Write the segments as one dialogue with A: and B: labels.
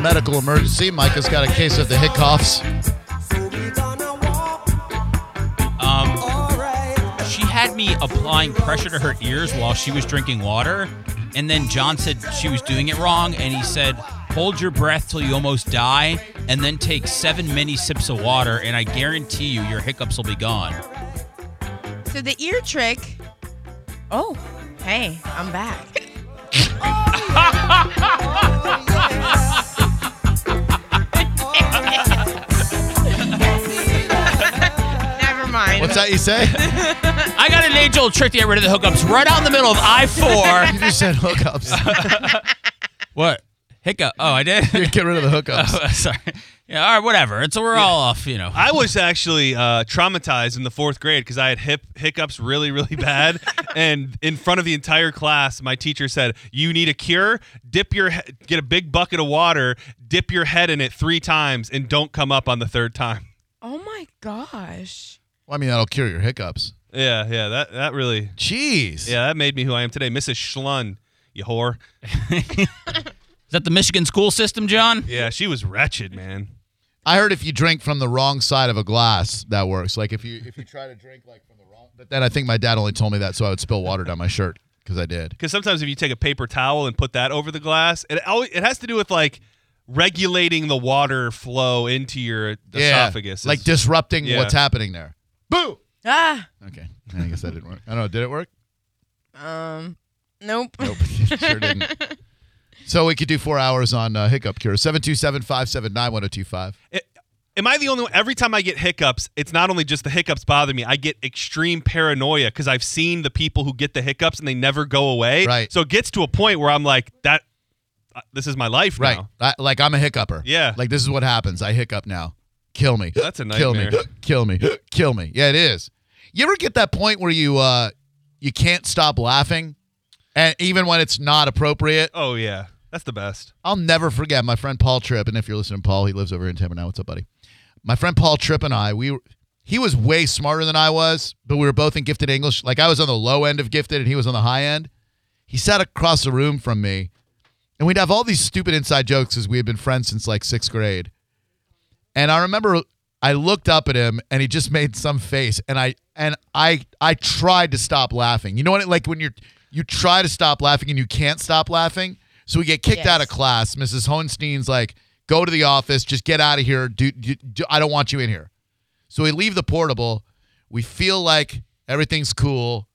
A: medical emergency. Micah's got a case of the hiccoughs.
B: Um, she had me applying pressure to her ears while she was drinking water, and then John said she was doing it wrong, and he said, "Hold your breath till you almost die, and then take seven mini sips of water, and I guarantee you your hiccups will be gone."
C: So the ear trick. Oh, hey, I'm back. Never mind.
A: What's that you say?
B: I got an age-old trick to get rid of the hookups right out in the middle of I
A: You
B: four.
A: just said hookups.
B: what hiccup? Oh, I did.
A: You Get rid of the hookups.
B: Sorry. Yeah. All right. Whatever. It's we're all off. You know.
D: I was actually uh, traumatized in the fourth grade because I had hip hiccups really, really bad, and in front of the entire class, my teacher said, "You need a cure. Dip your he- get a big bucket of water, dip your head in it three times, and don't come up on the third time."
C: Oh my gosh.
A: Well, I mean, that'll cure your hiccups.
D: Yeah, yeah, that that really,
A: Jeez.
D: yeah, that made me who I am today, Mrs. Schlun, you whore.
B: Is that the Michigan school system, John?
D: Yeah, she was wretched, man.
A: I heard if you drink from the wrong side of a glass, that works. Like if you if you try to drink like from the wrong. But then I think my dad only told me that so I would spill water down my shirt because I did.
D: because sometimes if you take a paper towel and put that over the glass, it always, it has to do with like regulating the water flow into your esophagus.
A: Like
D: It's-
A: disrupting
D: Yeah.
A: what's happening there. Boo.
C: Ah.
A: Okay. I guess that didn't work. I don't know. Did it work?
C: Um. Nope.
A: Nope. It sure didn't. So we could do four hours on uh, hiccup cure. 727-579-1025.
D: It- am I the only one? Every time I get hiccups, it's not only just the hiccups bother me. I get extreme paranoia because I've seen the people who get the hiccups and they never go away.
A: Right.
D: So it gets to a point where I'm like, that uh, this is my life
A: Right.
D: now.
A: I, like I'm a hiccupper.
D: Yeah.
A: Like this is what happens. I hiccup now. Kill me.
D: That's a
A: Kill me.
D: nightmare.
A: Kill me. Kill me. Yeah, it is. You ever get that point where you uh you can't stop laughing? And even when it's not appropriate,
D: Oh yeah, that's the best.
A: I'll never forget my friend Paul Tripp. And if you're listening, Paul, he lives over in Tampa now. What's up, buddy? My friend Paul Tripp and I, we were, he was way smarter than I was, but we were both in gifted English. Like I was on the low end of gifted and he was on the high end. He sat across the room from me and we'd have all these stupid inside jokes because we had been friends since like sixth grade. And I remember I looked up at him and he just made some face and I and I I tried to stop laughing. You know what it- like when you're you try to stop laughing and you can't stop laughing. So we get kicked out of
C: Yes.
A: class. Mrs. Hohenstein's like, go to the office, just get out of here. Do, do, do- I don't want you in here. So we leave the portable. We feel like everything's cool.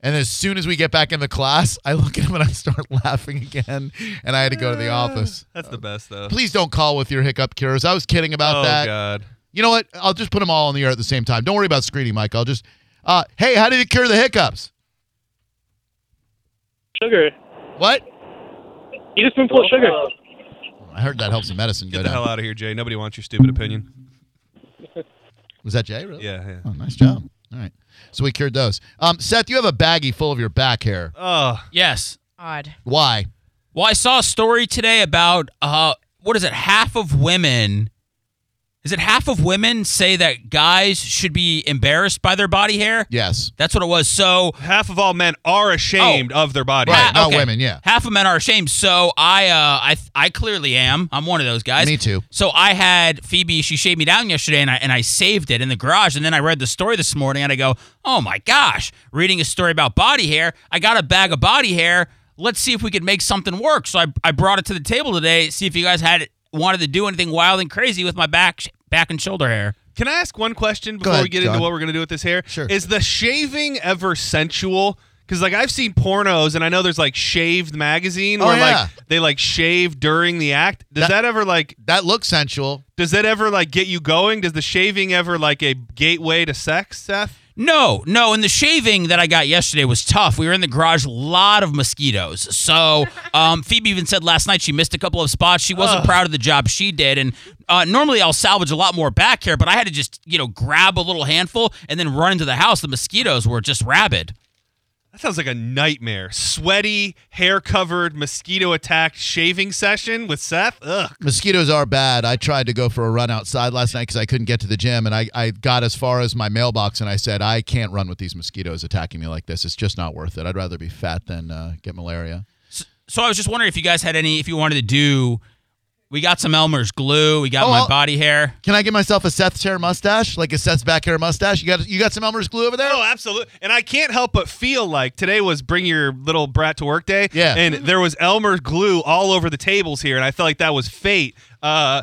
A: And as soon as we get back in the class, I look at him and I start laughing again. And I had to go to the office.
D: That's the best though.
A: Please don't call with your hiccup cures. I was kidding about
D: oh
A: that.
D: god.
A: You know what? I'll just put them all on the air at the same time. Don't worry about screening, Mike. I'll just. Uh, hey, how did it cure the hiccups?
E: Sugar.
A: What?
E: Eat a spoonful of sugar.
A: I heard that helps the medicine
D: Get
A: go
D: the
A: down.
D: hell out of here, Jay. Nobody wants your stupid opinion.
A: Was that Jay? Really?
D: Yeah. yeah.
A: Oh, nice job. All right. So we cured those. Um, Seth, you have a baggie full of your back hair.
D: Oh,
B: Yes.
C: Odd.
A: Why?
B: Well, I saw a story today about uh, what is it? Half of women. Is it half of women say that guys should be embarrassed by their body hair?
A: Yes.
B: That's what it was. So
D: half of all men are ashamed of their body.
A: Oh. Right.
B: ha-
A: not women, yeah.
B: half of men are ashamed. So I, uh, I, I clearly am. I'm one of those guys.
A: Me too.
B: So I had Phoebe. She shaved me down yesterday, and I and I saved it in the garage. And then I read the story this morning, and I go, "Oh my gosh!" Reading a story about body hair, I got a bag of body hair. Let's see if we could make something work. So I, I brought it to the table today. See if you guys had wanted to do anything wild and crazy with my back back and shoulder hair.
D: Can I ask one question before
A: ahead,
D: we get
A: John.
D: into what we're going to do with this hair?
A: Sure.
D: Is the shaving ever sensual? Because like I've seen pornos, and I know there's like shaved magazine
A: Oh,
D: where
A: yeah.
D: like they like shave during the act. Does
A: That-
D: that, ever like
A: That looks sensual.
D: does that ever like get you going? Does the shaving ever like a gateway to sex, Seth?
B: No, no, and the shaving that I got yesterday was tough. We were in the garage, a lot of mosquitoes. So um, Phoebe even said last night she missed a couple of spots. She wasn't proud of the job she did, and uh, normally I'll salvage a lot more back hair, but I had to just you know grab a little handful and then run into the house. The mosquitoes were just rabid.
D: That sounds like a nightmare. Sweaty, hair covered, mosquito attacked shaving session with Seth. Ugh.
A: Mosquitoes are bad. I tried to go for a run outside last night because I couldn't get to the gym, and I, I got as far as my mailbox, and I said, I can't run with these mosquitoes attacking me like this. It's just not worth it. I'd rather be fat than uh, get malaria.
B: So I was just wondering if you guys had any, if you wanted to do We got some Elmer's glue. We got
A: Oh,
B: my
A: I'll-
B: body hair.
A: Can I get myself a Seth's hair mustache, like a Seth's back hair mustache? You got you got some Elmer's glue over there?
D: Oh, absolutely. And I can't help but feel like today was bring your little brat to work day.
A: Yeah.
D: And there was Elmer's glue all over the tables here, and I felt like that was fate. Uh,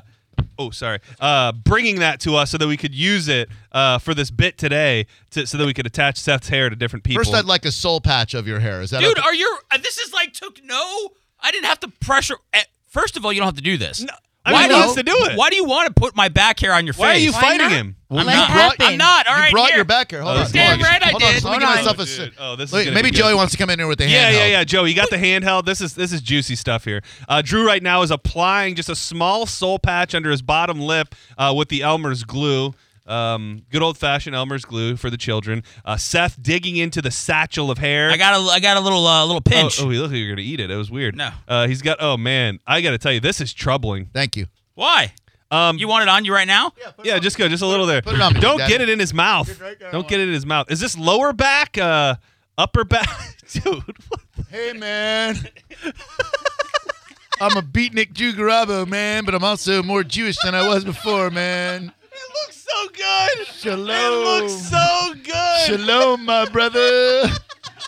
D: oh, sorry. Uh, bringing that to us so that we could use it uh, for this bit today, to, so that we could attach Seth's hair to different people.
A: First, I'd like a soul patch of your hair. Is that
B: Dude,
A: okay?
B: are you? uh, This is like took no. I didn't have to pressure. eh, First of all, you don't have to do this.
D: I mean,
B: do
D: who
B: you-
D: wants to do it?
B: Why do you want to put my back hair on your
D: Why are
B: face?
D: you
C: Why
D: fighting
C: not?
D: him?
C: Let
B: I'm not.
C: it happen.
B: I'm not. All
A: you
B: right,
A: brought
B: here.
A: your back hair. Hold
D: Oh,
A: on.
D: this is
A: Hold
D: Damn
A: on.
B: right I
A: Hold on.
B: did.
A: Let me
B: Hold
A: get
B: on.
A: myself a.
D: Dude, oh, this is
A: Wait,
D: gonna
A: maybe
D: be good.
A: Joey wants to come in here with the
D: Yeah,
A: handheld.
D: yeah, yeah, Joe. You got the handheld. This is this is juicy stuff here. Uh, Drew right now is applying just a small soul patch under his bottom lip uh, with the Elmer's glue. Um, good old fashioned Elmer's glue for the children. Uh, Seth digging into the satchel of hair.
B: I got a. I got a little. Uh, little
D: Oh,
B: pinch.
D: oh, he looked like you're gonna eat it. It was weird.
B: No.
D: Uh, he's got. Oh man, I gotta tell you, this is troubling.
A: Thank you.
B: Why?
D: Um,
B: You want it on you right now?
D: yeah, just go, just a little there.
A: put it on me,
D: Don't
A: Daddy.
D: get it in his mouth. Don't get it in his mouth. Is this lower back? Uh, upper back, dude. What?
A: Hey, man. I'm a beatnik Jew Garabo, man, but I'm also more Jewish than I was before, man.
D: It looks so good.
A: Shalom.
D: It looks so good.
A: Shalom, my brother.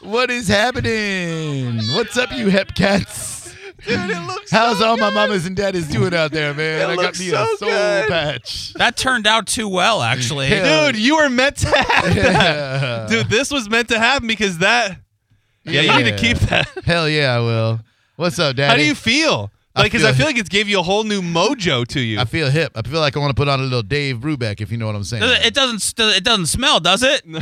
A: What is happening? What's up, you hep cats?
D: Dude, it looks
A: How's
D: so
A: all my
D: good.
A: mamas and daddies doing out there, man?
D: It
A: I got
D: looks
A: me
D: so
A: a soul
D: good.
A: patch.
B: That turned out too well, actually.
A: Yeah.
D: Dude, you were meant to have that.
A: Yeah.
D: Dude, this was meant to happen because that. Yeah, you need to keep that.
A: Hell yeah, I will. What's up, daddy?
D: How do you feel?
A: I
D: Like, because I
A: feel-
D: feel like it's gave you a whole new mojo to you.
A: I feel hip. I feel like I want to put on a little Dave Brubeck, if you know what I'm saying.
B: Does It it doesn't. st- It doesn't smell, does it?
A: no,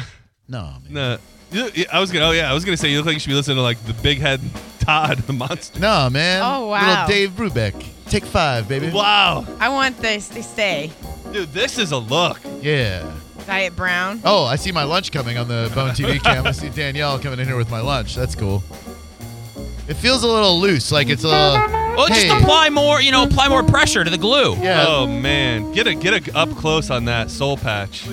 A: man.
D: Nah. Uh, You- I was gonna. Oh yeah, I was gonna say you look like you should be listening to like the Big Head Todd the Monster.
A: No, man.
C: Oh,
A: Little
C: wow.
A: Dave Brubeck. Take five, baby.
D: Wow,
C: I want this to stay.
D: dude, this is a look.
A: Yeah.
C: Diet brown.
A: Oh, I see my lunch coming on the Bone TV cam. I see Danielle coming in here with my lunch. That's cool. It feels a little loose, like it's a little.
C: Oh,
B: Well,
A: Hey.
B: just apply more. You know, apply more pressure to the glue.
A: Yeah.
D: Oh man, get a get a up close on that soul patch.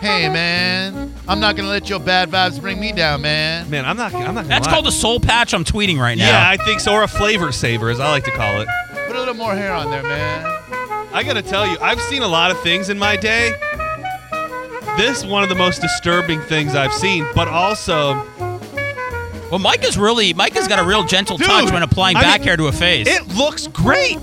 A: Hey, man. I'm not going to let your bad vibes bring me down, man.
D: Man, I'm not. I'm not. Gonna
B: That's
D: lie.
B: called a soul patch. I'm tweeting right now.
D: Yeah, I think so, or a flavor saver, as I like to call it.
A: Put a little more hair on there, man.
D: I gotta tell you, I've seen a lot of things in my day. This one of the most disturbing things I've seen, but also
B: Well, Micah's really Micah's got a real gentle
D: Dude,
B: touch when applying
D: I
B: back
D: mean,
B: hair to a face.
D: it looks great,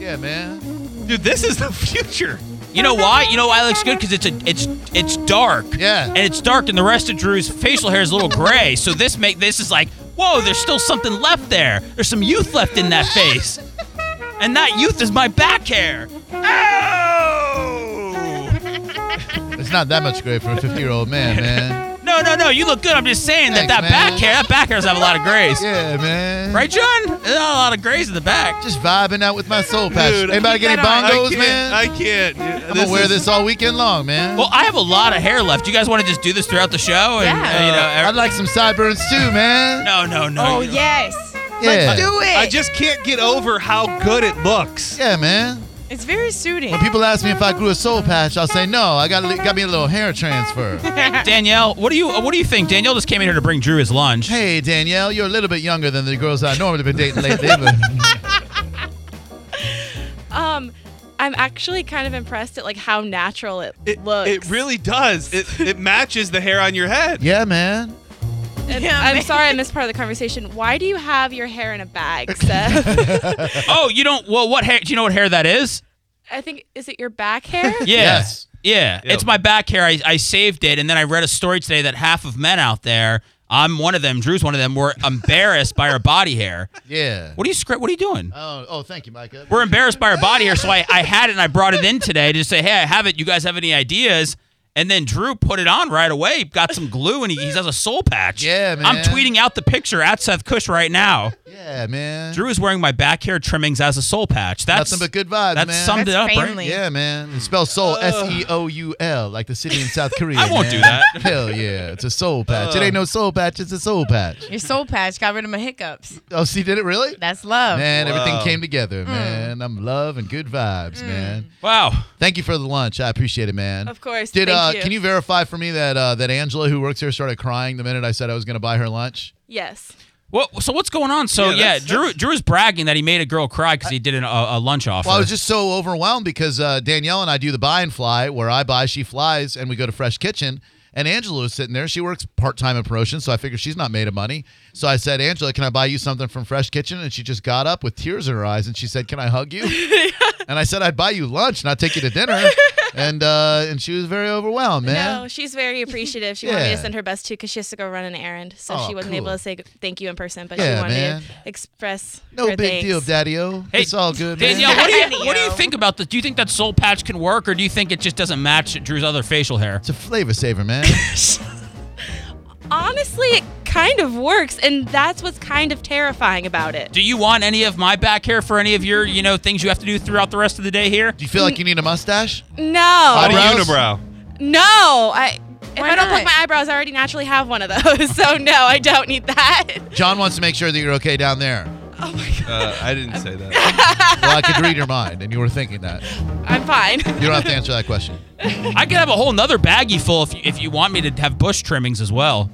A: Yeah, man.
D: dude. This is the future.
B: you know why? You know why it looks good because it's a it's it's dark.
A: Yeah.
B: And it's dark, and the rest of Drew's facial hair is a little gray. So this make this is like, whoa, there's still something left there. There's some youth left in that face, and that youth is my back hair. Ow!
A: It's not that much gray for a 50 year old man, man.
B: No, no, no. You look good. I'm just saying that that
A: Thanks, man.
B: back hair, that back hair doesn't have a lot of grays,
A: Yeah, man.
B: right, John? There's not a lot of grays in the back.
A: Just vibing out with my soul patch.
D: Dude,
A: Anybody get any
C: keep that on.
A: bongos,
D: I can't,
A: man?
D: I can't. dude.
A: I'm gonna wear this all weekend long, man.
B: Well, I have a lot of hair left. You guys want to just do this throughout the show? And,
C: Yeah.
B: uh, you know, every-
A: I'd like some sideburns too, man.
B: No, no, no.
C: Oh
B: you don't.
C: yes.
A: Yeah.
C: Let's do it.
D: I just can't get over how good it looks.
A: Yeah, man.
C: it's very suiting.
A: When people ask me if I grew a soul patch, I'll say no. I got a- got me a little hair transfer.
B: Danielle, what do you what do you think? Danielle just came in here to bring Drew his lunch.
A: hey, Danielle, you're a little bit younger than the girls I normally been dating lately. But
F: Um, I'm actually kind of impressed at like how natural it,
D: It,
F: looks.
D: it really does. It, it matches the hair on your head.
A: yeah, man.
F: And
C: Yeah,
F: I'm
C: man.
F: sorry I missed part of the conversation. Why do you have your hair in a bag, Seth?
B: Oh, you don't well what hair do you know what hair that is?
F: I think is it your back hair?
B: Yeah.
A: Yes.
B: Yeah.
D: Yeah.
B: It's my back hair. I, I saved it and then I read a story today that half of men out there, I'm one of them, Drew's one of them, were embarrassed by our body hair.
A: Yeah.
B: What are you scr- what are you doing?
A: Oh, oh, thank you, Micah.
B: We're embarrassed by our body hair, so I, I had it and I brought it in today to say, Hey, I have it, you guys have any ideas? And then Drew put it on right away, got some glue and he, he has a soul patch.
A: Yeah,
B: I'm
A: man.
B: tweeting out the picture at Seth Cush right now.
A: yeah, man.
B: Drew is wearing my back hair trimmings as a soul patch. That's
A: Nothing but good vibes,
B: That's
A: man.
B: summed it
C: That's
B: up, right?
C: family.
A: yeah, man. It spells soul S E O U L, like the city in South Korea.
B: I won't
A: man.
B: do that.
A: Hell yeah, it's a soul patch. it ain't no soul patch. It's a soul patch.
C: Your soul patch got rid of my hiccups.
A: Oh, she did it really?
C: That's love.
A: Man, everything
D: Wow.
A: came
F: Mm.
A: together, man. I'm love and good vibes, man.
B: Wow.
A: Thank you for the lunch. I appreciate it, man.
F: Of course.
A: Did
F: thank
A: uh,
F: you.
A: can you verify for me that uh, that Angela who works here started crying the minute I said I was going to buy her lunch?
F: Yes.
B: Well, so what's going on? So
D: Yeah,
B: yeah,
D: that's-
B: Drew Drew's bragging that he made a girl cry because he did an, a, a lunch offer.
A: Well, I was just so overwhelmed because uh, Danielle and I do the buy and fly, where I buy, she flies, and we go to Fresh Kitchen. And Angela was sitting there. She works part time in promotions, so I figured she's not made of money. So I said, Angela, can I buy you something from Fresh Kitchen? And she just got up with tears in her eyes and she said, Can I hug you? and I said, I'd buy you lunch, not take you to dinner. and uh, and she was very overwhelmed, man.
F: No, she's very appreciative. She wanted me
A: Yeah.
F: to send her best too because she has to go run an errand, so
A: Oh,
F: she wasn't able
A: cool.
F: to say thank you in person. But
A: Yeah,
F: she wanted
A: man.
F: to express
A: No
F: her
A: big
F: thanks.
A: deal, Daddy O. it's all good. man.
B: Danielle, what do you what do you
C: Daddy-o.
B: think about the? Do you think that soul patch can work, or do you think it just doesn't match Drew's other facial hair?
A: It's a flavor saver, man.
F: Honestly, it kind of works, and that's what's kind of terrifying about it.
B: Do you want any of my back hair for any of your you know things you have to do throughout the rest of the day here?
A: do you feel like you need a mustache?
D: Not a
F: No,
A: Eyebrows?
D: unibrow.
F: no, I. If
C: Why
F: I don't
C: not?
F: pluck my eyebrows, I already naturally have one of those. So no, I don't need that.
A: John wants to make sure that you're okay down there.
F: Oh my god,
D: Uh, I didn't say that.
A: Well, I could read your mind, and you were thinking that.
F: I'm fine.
A: You don't have to answer that question.
B: I could have a whole nother baggie full if you, if you want me to have bush trimmings as well.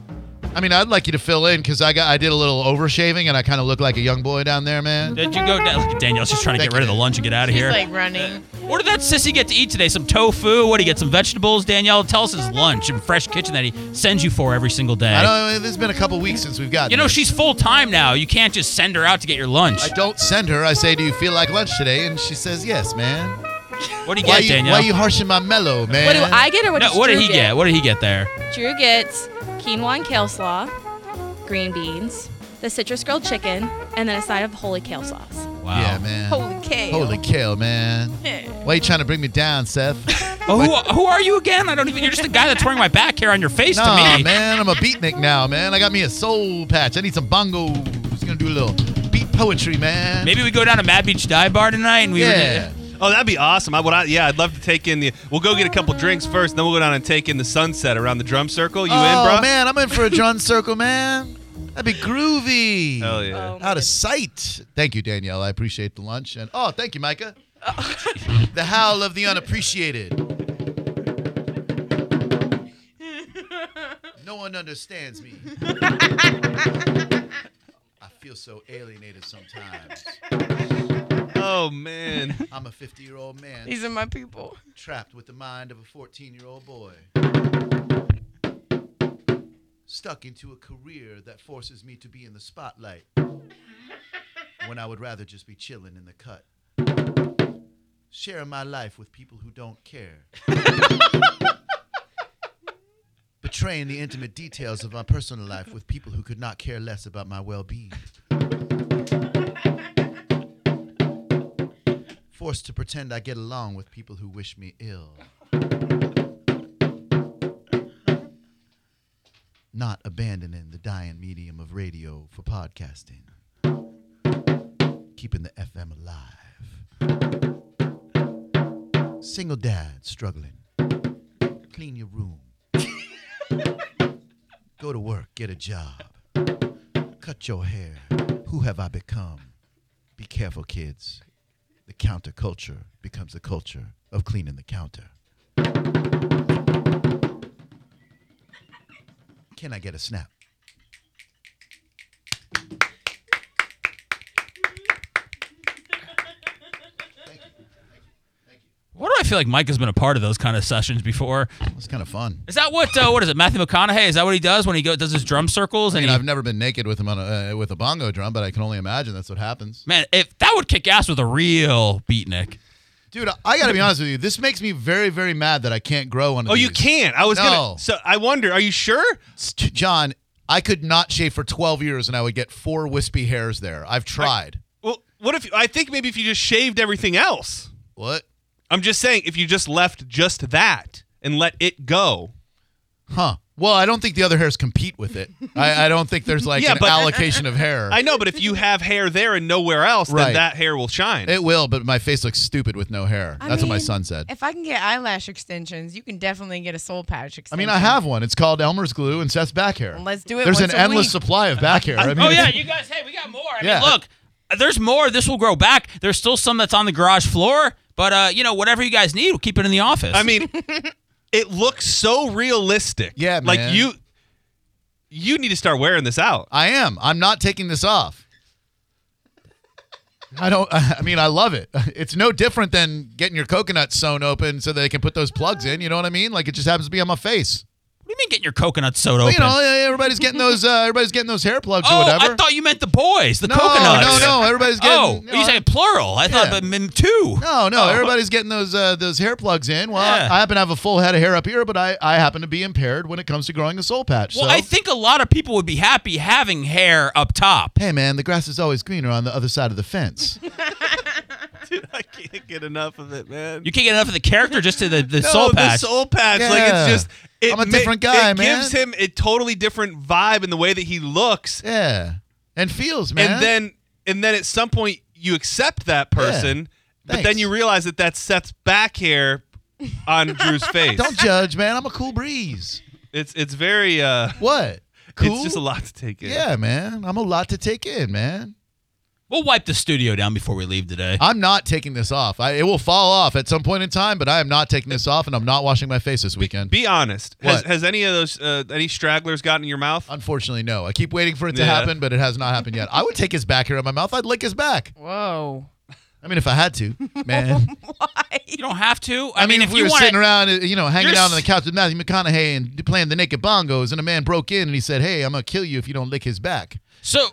A: I mean, I'd like you to fill in because I got I did a little overshaving and I kind of look like a young boy down there, man.
B: Did you go down? Look at Danielle's just trying to
A: Thank
B: get rid of
A: you.
B: the lunch and get out of
C: She's
B: here.
C: like running.
B: what did that sissy get to eat today? Some tofu? What did he get? Some vegetables? Danielle, tell us his lunch and fresh kitchen that he sends you for every single day.
A: I don't. It's been a couple weeks since we've gotten.
B: You know,
A: this.
B: she's full time now. You can't just send her out to get your lunch.
A: I don't send her. I say, "Do you feel like lunch today?" And she says, "Yes, man."
B: What do you
A: why
B: get,
A: you
B: Danielle?
A: Why you harshing my mellow, man?
F: What do I get or what,
B: no,
F: does
B: what
F: Drew
B: did he get? What did he get there?
F: Drew gets quinoa and coleslaw, green beans, the citrus grilled chicken, and then a side of holy kale sauce.
B: Wow.
A: Yeah, man.
C: Holy kale.
A: Holy kale, man. Why you trying to bring me down, Seth?
B: Oh, who, who are you again? I don't even. You're just a guy that's wearing my back hair on your face to
A: nah,
B: me.
A: man. I'm a beatnik now, man. I got me a soul patch. I need some bongos. gonna do a little beat poetry, man.
B: Maybe we go down to Mad Beach Dive Bar tonight and we.
A: Yeah.
D: Oh, that'd be awesome. I would. I, yeah, I'd love to take in the. We'll go get a couple drinks first, then we'll go down and take in the sunset around the drum circle. You
A: oh,
D: in, bro?
A: man, I'm in for a drum circle, man. That'd be groovy.
D: Hell yeah.
A: Out of sight. Thank you, Danielle. I appreciate the lunch. And oh, thank you, Micah. the howl of the unappreciated. No one understands me. I feel so alienated sometimes.
D: Oh man.
A: I'm a 50 year old man
C: These are my people.
A: trapped with the mind of a 14 year old boy. Stuck into a career that forces me to be in the spotlight when I would rather just be chilling in the cut. Sharing my life with people who don't care. Betraying the intimate details of my personal life with people who could not care less about my well being. forced to pretend I get along with people who wish me ill. Not abandoning the dying medium of radio for podcasting. Keeping the FM alive. Single dad struggling. Clean your room. Go to work, get a job. Cut your hair. Who have I become? Be careful, kids the counterculture becomes the culture of cleaning the counter. Can I get a snap?
B: What do I feel like Mike has been a part of those kind of sessions before?
A: That's kind of fun.
B: Is that what? Uh, what is it? Matthew McConaughey? Is that what he does when he go, does his drum circles?
A: I
B: And
A: mean,
B: he-
A: I've never been naked with him on a, uh, with a bongo drum, but I can only imagine that's what happens.
B: man, if that would kick ass with a real beatnik.
A: Dude, I got to be honest with you. This makes me very, very mad that I can't grow one of
D: Oh,
A: these.
D: you can't. I was
A: No.
D: gonna. So I wonder. Are you sure?
A: S- John, I could not shave for 12 years and I would get four wispy hairs there. I've tried.
D: Well, what if I think maybe if you just shaved everything else?
A: what?
D: I'm just saying if you just left just that and let it go.
A: Huh. Well, I don't think the other hairs compete with it. I, I don't think there's like
D: Yeah,
A: an
D: but-
A: allocation of hair.
D: I know, but if you have hair there and nowhere else,
A: Right.
D: then that hair will shine.
A: It will, but my face looks stupid with no hair.
C: I
A: That's what my
C: mean,
A: son said.
C: If I can get eyelash extensions, you can definitely get a soul
A: I
C: patch extension.
A: mean, I have one. It's called Elmer's glue and Seth's back hair.
C: Let's do it
A: There's
C: once
A: an
C: a
A: endless
C: week.
A: supply of back hair. I mean,
B: Oh yeah,
A: it's-
B: you guys. Hey, we got more. I
A: Yeah.
B: mean, look, there's more. This will grow back. There's still some that's on the garage floor, but uh, you know, whatever you guys need, we'll keep it in the office.
D: I mean, it looks so realistic.
A: Yeah,
D: Like
A: man.
D: you you need to start wearing this out.
A: I am. I'm not taking this off. I don't. I mean, I love it. It's no different than getting your coconut sewn open so they can put those plugs in. You know what I mean? Like it just happens to be on my face.
B: What do you mean getting your coconut soda open?
A: You know, everybody's getting those. Uh, everybody's getting those hair plugs
B: oh,
A: or whatever.
B: I thought you meant the boys, the
A: no,
B: coconuts.
A: no, no. Everybody's getting.
B: Oh,
A: no,
B: you
A: I-
B: said plural. I
A: Yeah.
B: thought but meant two.
A: No, no.
B: Oh.
A: Everybody's getting those uh, those hair plugs in. Well,
B: Yeah.
A: I, I happen to have a full head of hair up here, but I, I happen to be impaired when it comes to growing a soul patch.
B: Well,
A: so.
B: I think a lot of people would be happy having hair up top.
A: Hey man, the grass is always greener on the other side of the fence.
D: Dude, I can't get enough of it, man.
B: You can't get enough of the character just to the, the
D: no,
B: soul
D: the
B: patch.
D: soul patch. Like
A: Yeah.
D: it's just. It
A: I'm a
D: ma-
A: different guy,
D: it
A: man.
D: gives him a totally different vibe in the way that he looks,
A: yeah, and feels man.
D: and then and then at some point you accept that person, but then
A: Thanks.
D: you realize that that's Seth's back hair on Drew's face.
A: don't judge, man. I'm a cool breeze.
D: It's it's very uh,
A: What? Cool.
D: it's just a lot to take in.
A: Yeah, man. I'm a lot to take in, man.
B: We'll wipe the studio down before we leave today.
A: I'm not taking this off. I, it will fall off at some point in time, but I am not taking this off, and I'm not washing my face this weekend.
D: Be honest. Has,
A: What?
D: has any of those uh, any stragglers gotten in your mouth?
A: Unfortunately, no. I keep waiting for it to
D: Yeah.
A: happen, but it has not happened yet. I would take his back hair in my mouth. I'd lick his back.
C: Whoa.
A: I mean, if I had to, man.
B: You don't have to. I,
A: I mean, if, we
B: you
A: were
B: want
A: sitting around, uh, you know, hanging
B: You're
A: out on the
B: s-
A: couch with Matthew McConaughey and playing the Naked Bongos, and a man broke in and he said, "Hey, I'm gonna kill you if you don't lick his back."
B: so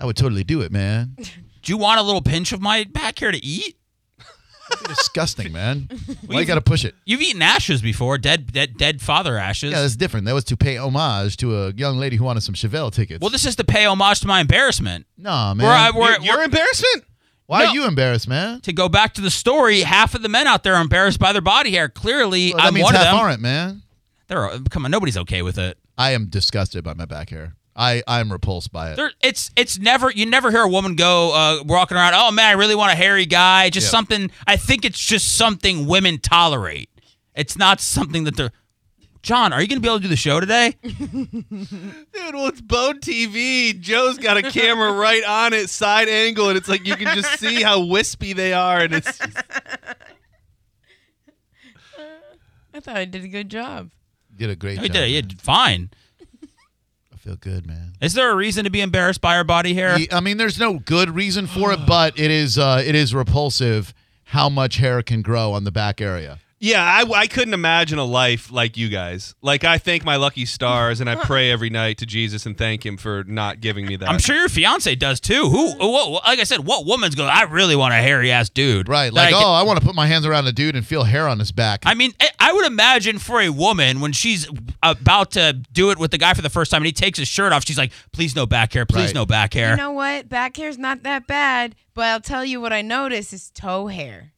A: I would totally do it, man. It'd
B: do you want a little pinch of my back hair to eat?
A: be disgusting, man. Why you gotta push it?
B: You've eaten ashes before, dead dead dead father ashes.
A: Yeah, that's different. That was to pay homage to a young lady who wanted some Chevelle tickets.
B: well, this is to pay homage to my embarrassment.
A: nah, man.
B: Where I
D: Your-
B: where,
D: your
B: where-
D: embarrassment.
A: Why
B: no.
A: are you embarrassed, man?
B: to go back to the story, half of the men out there are embarrassed by their body hair. Clearly,
A: Well, that
B: I'm
A: means
B: one of
A: half
B: them.
A: aren't, man.
B: There are, come on, nobody's okay with it.
A: I am disgusted by my back hair. I I'm repulsed by it.
B: There, it's it's never you never hear a woman go uh, walking around. Oh man, I really want a hairy guy. Just
A: Yeah.
B: something. I think it's just something women tolerate. It's not something that they're. John, are you going to be able to do the show today?
D: Dude, well, it's Bone TV. Joe's got a camera right on it, side angle, and it's like you can just see how wispy they are, and it's just,
C: I thought I did a good job.
A: You did a great
B: No, you
A: job.
B: did. You
A: man.
B: did fine.
A: I feel good, man.
B: Is there a reason to be embarrassed by our body hair?
A: Ye- I mean, there's no good reason for it, but it is uh, it is repulsive how much hair can grow on the back area.
D: yeah. I, I couldn't imagine a life like you guys. Like I thank my lucky stars, and I pray every night to Jesus and thank Him for not giving me that.
B: I'm sure your fiance does too. Who, who, like I said, what woman's going? I really want a hairy ass dude,
A: Right.
B: That
A: Like,
B: I can-
A: oh, I want to put my hands around a dude and feel hair on his back.
B: I mean, I- I would imagine for a woman when she's about to do it with the guy for the first time and he takes his shirt off, she's like, "Please no back hair, please
A: Right.
B: no back hair."
C: You know what? Back hair's not that bad, but I'll tell you what I notice is toe hair.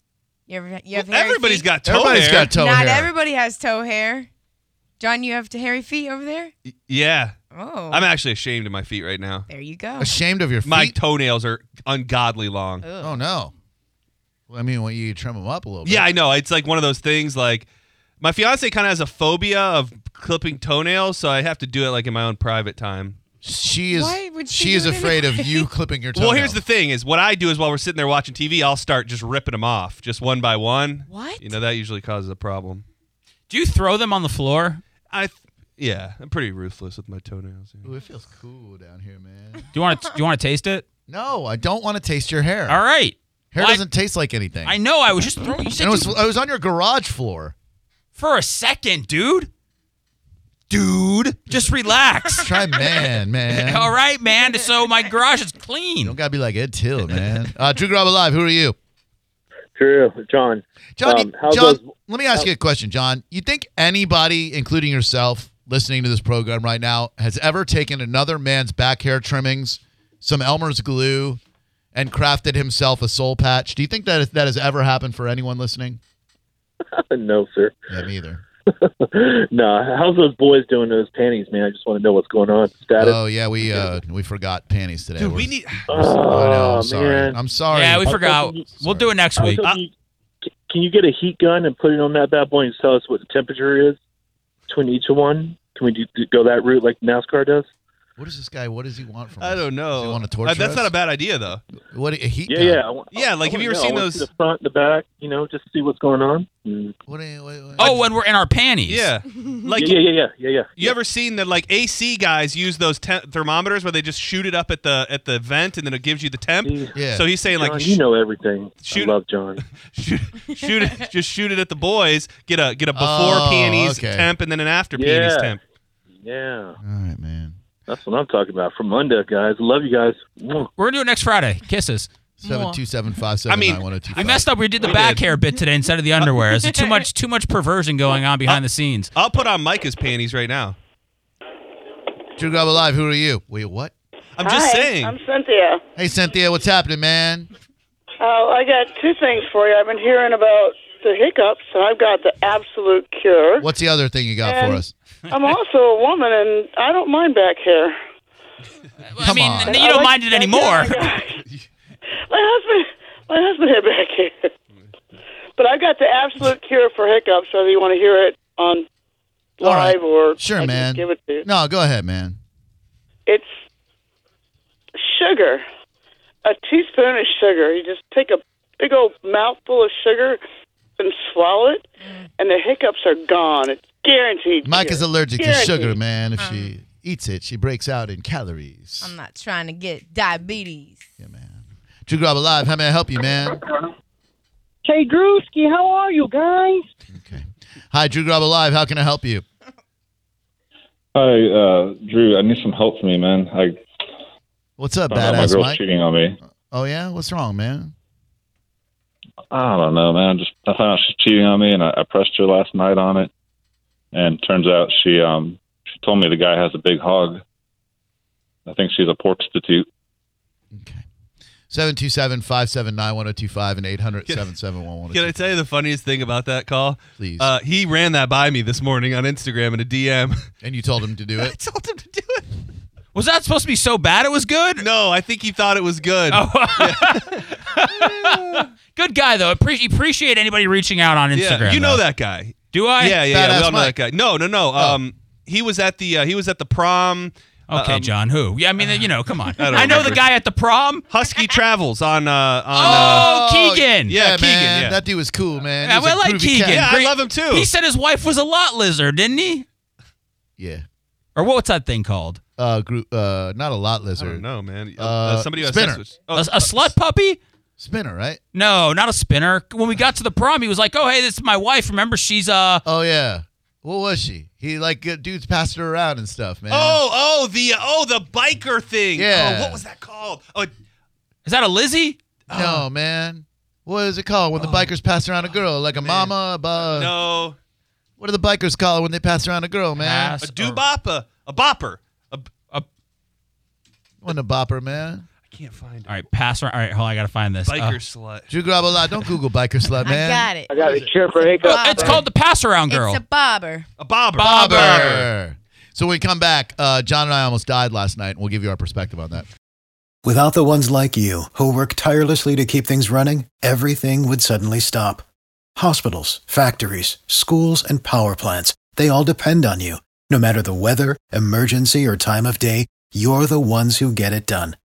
C: You ever you have
D: Well,
C: hairy
D: everybody's
C: feet?
D: got toe
A: Everybody's
D: hair.
A: got toe
C: Not
A: hair.
C: everybody has toe hair. John, you have hairy feet over there?
D: yeah,
C: Oh.
D: I'm actually ashamed of my feet right now.
C: there you go.
A: Ashamed of your feet.
D: My toenails are ungodly long.
C: Ugh.
A: oh no. Well, I mean, when you trim them up a little bit.
D: Yeah, I know. It's like one of those things. Like my fiance kind of has a phobia of clipping toenails, so I have to do it like in my own private time.
A: She is.
C: Why would she
A: she is
C: do it
A: afraid of
C: anyway?
A: you clipping your toenail.
D: Well, here's the thing: is what I do is while we're sitting there watching TV, I'll start just ripping them off, just one by one.
C: What?
D: You know that usually causes a problem.
B: Do you throw them on the floor?
D: I, th- yeah, I'm pretty ruthless with my toenails. yeah.
A: Ooh, it feels cool down here, man.
B: Do you want to? do you want to taste it?
A: No, I don't want to taste your hair.
B: All right.
A: Hair
B: Well, I-
A: doesn't taste like anything.
B: I know. I was just throwing. You said
A: And it was,
B: you-
A: I was on your garage floor
B: for a second, dude. Dude, just relax.
A: try man man
B: All right, man. So my garage is
A: don't
B: clean.
A: gotta be like ed till man uh drew grab alive who are you
E: True, John.
A: John,
E: Um,
A: you-
E: how
A: John,
E: does-
A: let me ask you a question, John. You think anybody, including yourself, listening to this program right now, has ever taken another man's back hair trimmings, some Elmer's glue, and crafted himself a soul patch? Do you think that that has ever happened for anyone listening?
E: no, sir.
A: Yeah, me either.
E: nah, how's those boys doing in those panties, man? I just want to know what's going on. Status.
A: Oh yeah, we uh, we forgot panties today.
D: Dude,
A: We're-
D: we need.
E: Oh,
A: I know, I'm sorry.
E: man.
A: I'm sorry.
B: Yeah, we
E: I
B: forgot.
E: thought you-
B: We'll do it next
E: I was
B: week.
E: hoping you- c- can you get a heat gun and put it on that bad boy and just tell us what the temperature is between each one? Can we do, do- go that route like NASCAR does?
A: What does this guy? What does he want from?
D: I
A: us?
D: don't
A: Does he
D: know.
A: want to
D: Uh,
A: torture
D: that's
A: us?
D: not a bad idea though.
A: What a heat
E: Yeah,
A: gun.
E: yeah. I want-
D: Yeah, like,
E: I
D: have you
E: wanna
D: ever
E: know.
D: seen
E: I wanna see
D: those-
E: The front, the back, you know, just see what's going on. Mm.
A: What a, what a-
B: Oh, when we're in our panties.
D: Yeah, like
E: yeah, yeah, yeah, yeah, yeah.
D: You ever seen that like AC guys use those te- thermometers where they just shoot it up at the at the vent and then it gives you the temp?
E: Yeah.
A: yeah.
D: So he's saying
E: John,
D: like
E: you know everything.
D: shoot-
E: I love John.
D: shoot, shoot it, just shoot it at the boys. Get a get a before
A: Oh,
D: peonies
A: okay.
D: temp and then an after
E: Yeah.
D: peonies temp.
E: Yeah,
A: all right, man.
E: that's what I'm talking about. From Monday, guys. Love you guys. Mwah.
B: We're gonna do it next Friday. Kisses.
A: Seven two seven five seven.
D: I mean,
B: We
A: Uh,
B: messed up. We did the back
D: did.
B: hair bit today instead of the underwear. It's too much, too much perversion going on behind the scenes.
D: I'll put on Micah's panties right now.
A: True Grab Alive. Who are you? Wait, what?
D: I'm just
G: Hi,
D: saying.
G: I'm Cynthia.
A: Hey, Cynthia, what's happening, man?
G: Oh, I got two things for you. I've been hearing about the hiccups, and I've got the absolute cure.
A: What's the other thing you got for
G: Um,
A: us?
G: I'm also a woman, and I don't mind back hair.
B: I
A: Come
B: mean,
A: on.
B: you don't mind it anymore.
G: my husband, my husband had back hair, but I've got the absolute cure for hiccups. Whether you want to hear it on
A: All right.
G: live or I
A: Sure,
G: can
A: man.
G: give it to you.
A: No, go ahead, man.
G: It's sugar. A teaspoon of sugar. You just take a big old mouthful of sugar and swallow it, and the hiccups are gone. It's guaranteed.
A: Mike
G: cure.
A: is allergic to
G: Guaranteed.
A: sugar, man. If she eats it, she breaks out in calories.
C: Uh. I'm not trying to get diabetes.
A: yeah, man. True Grab Alive. How may I help you, man?
H: Hey, Drewski, how are you guys?
A: Okay. Hi, Drew Grab Alive. How can I help you?
I: Hi, uh, Drew. I need some help from you, man. I
A: What's up,
I: don't know, my
A: badass
I: girl's
A: Mike?
I: cheating on me.
A: Oh yeah, what's wrong, man?
I: I don't know, man. Just I found out she's cheating on me, and I, I pressed her last night on it. And turns out she um she told me the guy has a big hog. I think she's a pork prostitute.
A: Okay. 727-579-1025 and 800 771
D: Can I tell you the funniest thing about that call?
A: Please.
D: Uh, he ran that by me this morning on Instagram in a DM.
A: and you told him to do
D: I
A: it.
D: told him to do it.
B: Was that supposed to be so bad? It was good. Oh,
D: No, I think he thought it was good.
B: Good guy though. Appre- appreciate anybody reaching out on
D: yeah,
B: Instagram.
D: you know
B: though.
D: that guy.
B: Do I?
D: yeah,
A: Badass
D: yeah, yeah. We all know
A: Mike.
D: that guy. No, no, no. Um, he was at the uh, he was at the prom. uh,
B: Okay,
D: um,
B: John. Who? Yeah, I mean, you know, come on. I,
D: don't
B: know the
D: remember.
B: guy at the prom.
D: Husky Travels on uh on. uh,
B: Oh, Keegan.
D: yeah, Keegan,
A: man.
D: yeah.
A: That dude was cool, man.
B: Yeah,
A: He was
B: I
A: a
B: like
A: groovy
B: Keegan.
A: cat.
D: yeah,
B: great-
D: I love him too.
B: He said his wife was a lot lizard, didn't he?
A: Yeah.
B: Or what's that thing called?
A: Uh, group. Uh, not a lot
D: I don't
A: lizard.
D: know, man. Uh,
A: Uh,
D: somebody who has
A: Spinner.
D: sex with- oh,
B: a, a slut puppy?
A: Spinner, right?
B: No, not a spinner. When we got to the prom, he was like, "Oh, hey, this is my wife. Remember, she's uh."
A: Oh yeah. What was she? He like uh, dudes passed her around and stuff, man.
D: oh, oh, the oh the biker thing.
A: Yeah.
D: Oh, what was that called? Oh,
B: Is that a Lizzie?
D: Ah.
A: no, man. What is it called when the bikers pass around a girl, like a mama? Uh,
D: Oh. no,
A: What do the bikers call it when they pass around a girl, man?
B: Pass
D: a doobop, a, a bopper. A, a,
A: When a bopper, man.
D: I can't find it.
B: All right, pass. All right, hold. on, I gotta find this. Uh,
D: Biker slut.
A: Drew grab a lot. Don't Google biker slut, man.
C: I got it.
E: I got a cure for hiccups.
B: it's called the pass around girl.
C: It's a bobber.
D: A bobber.
B: Bobber.
A: Bobber. So when we come back, uh, John and I almost died last night, and we'll give you our perspective on that.
J: Without the ones like you, who work tirelessly to keep things running, everything would suddenly stop. Hospitals, factories, schools, and power plants, they all depend on you. No matter the weather, emergency, or time of day, you're the ones who get it done.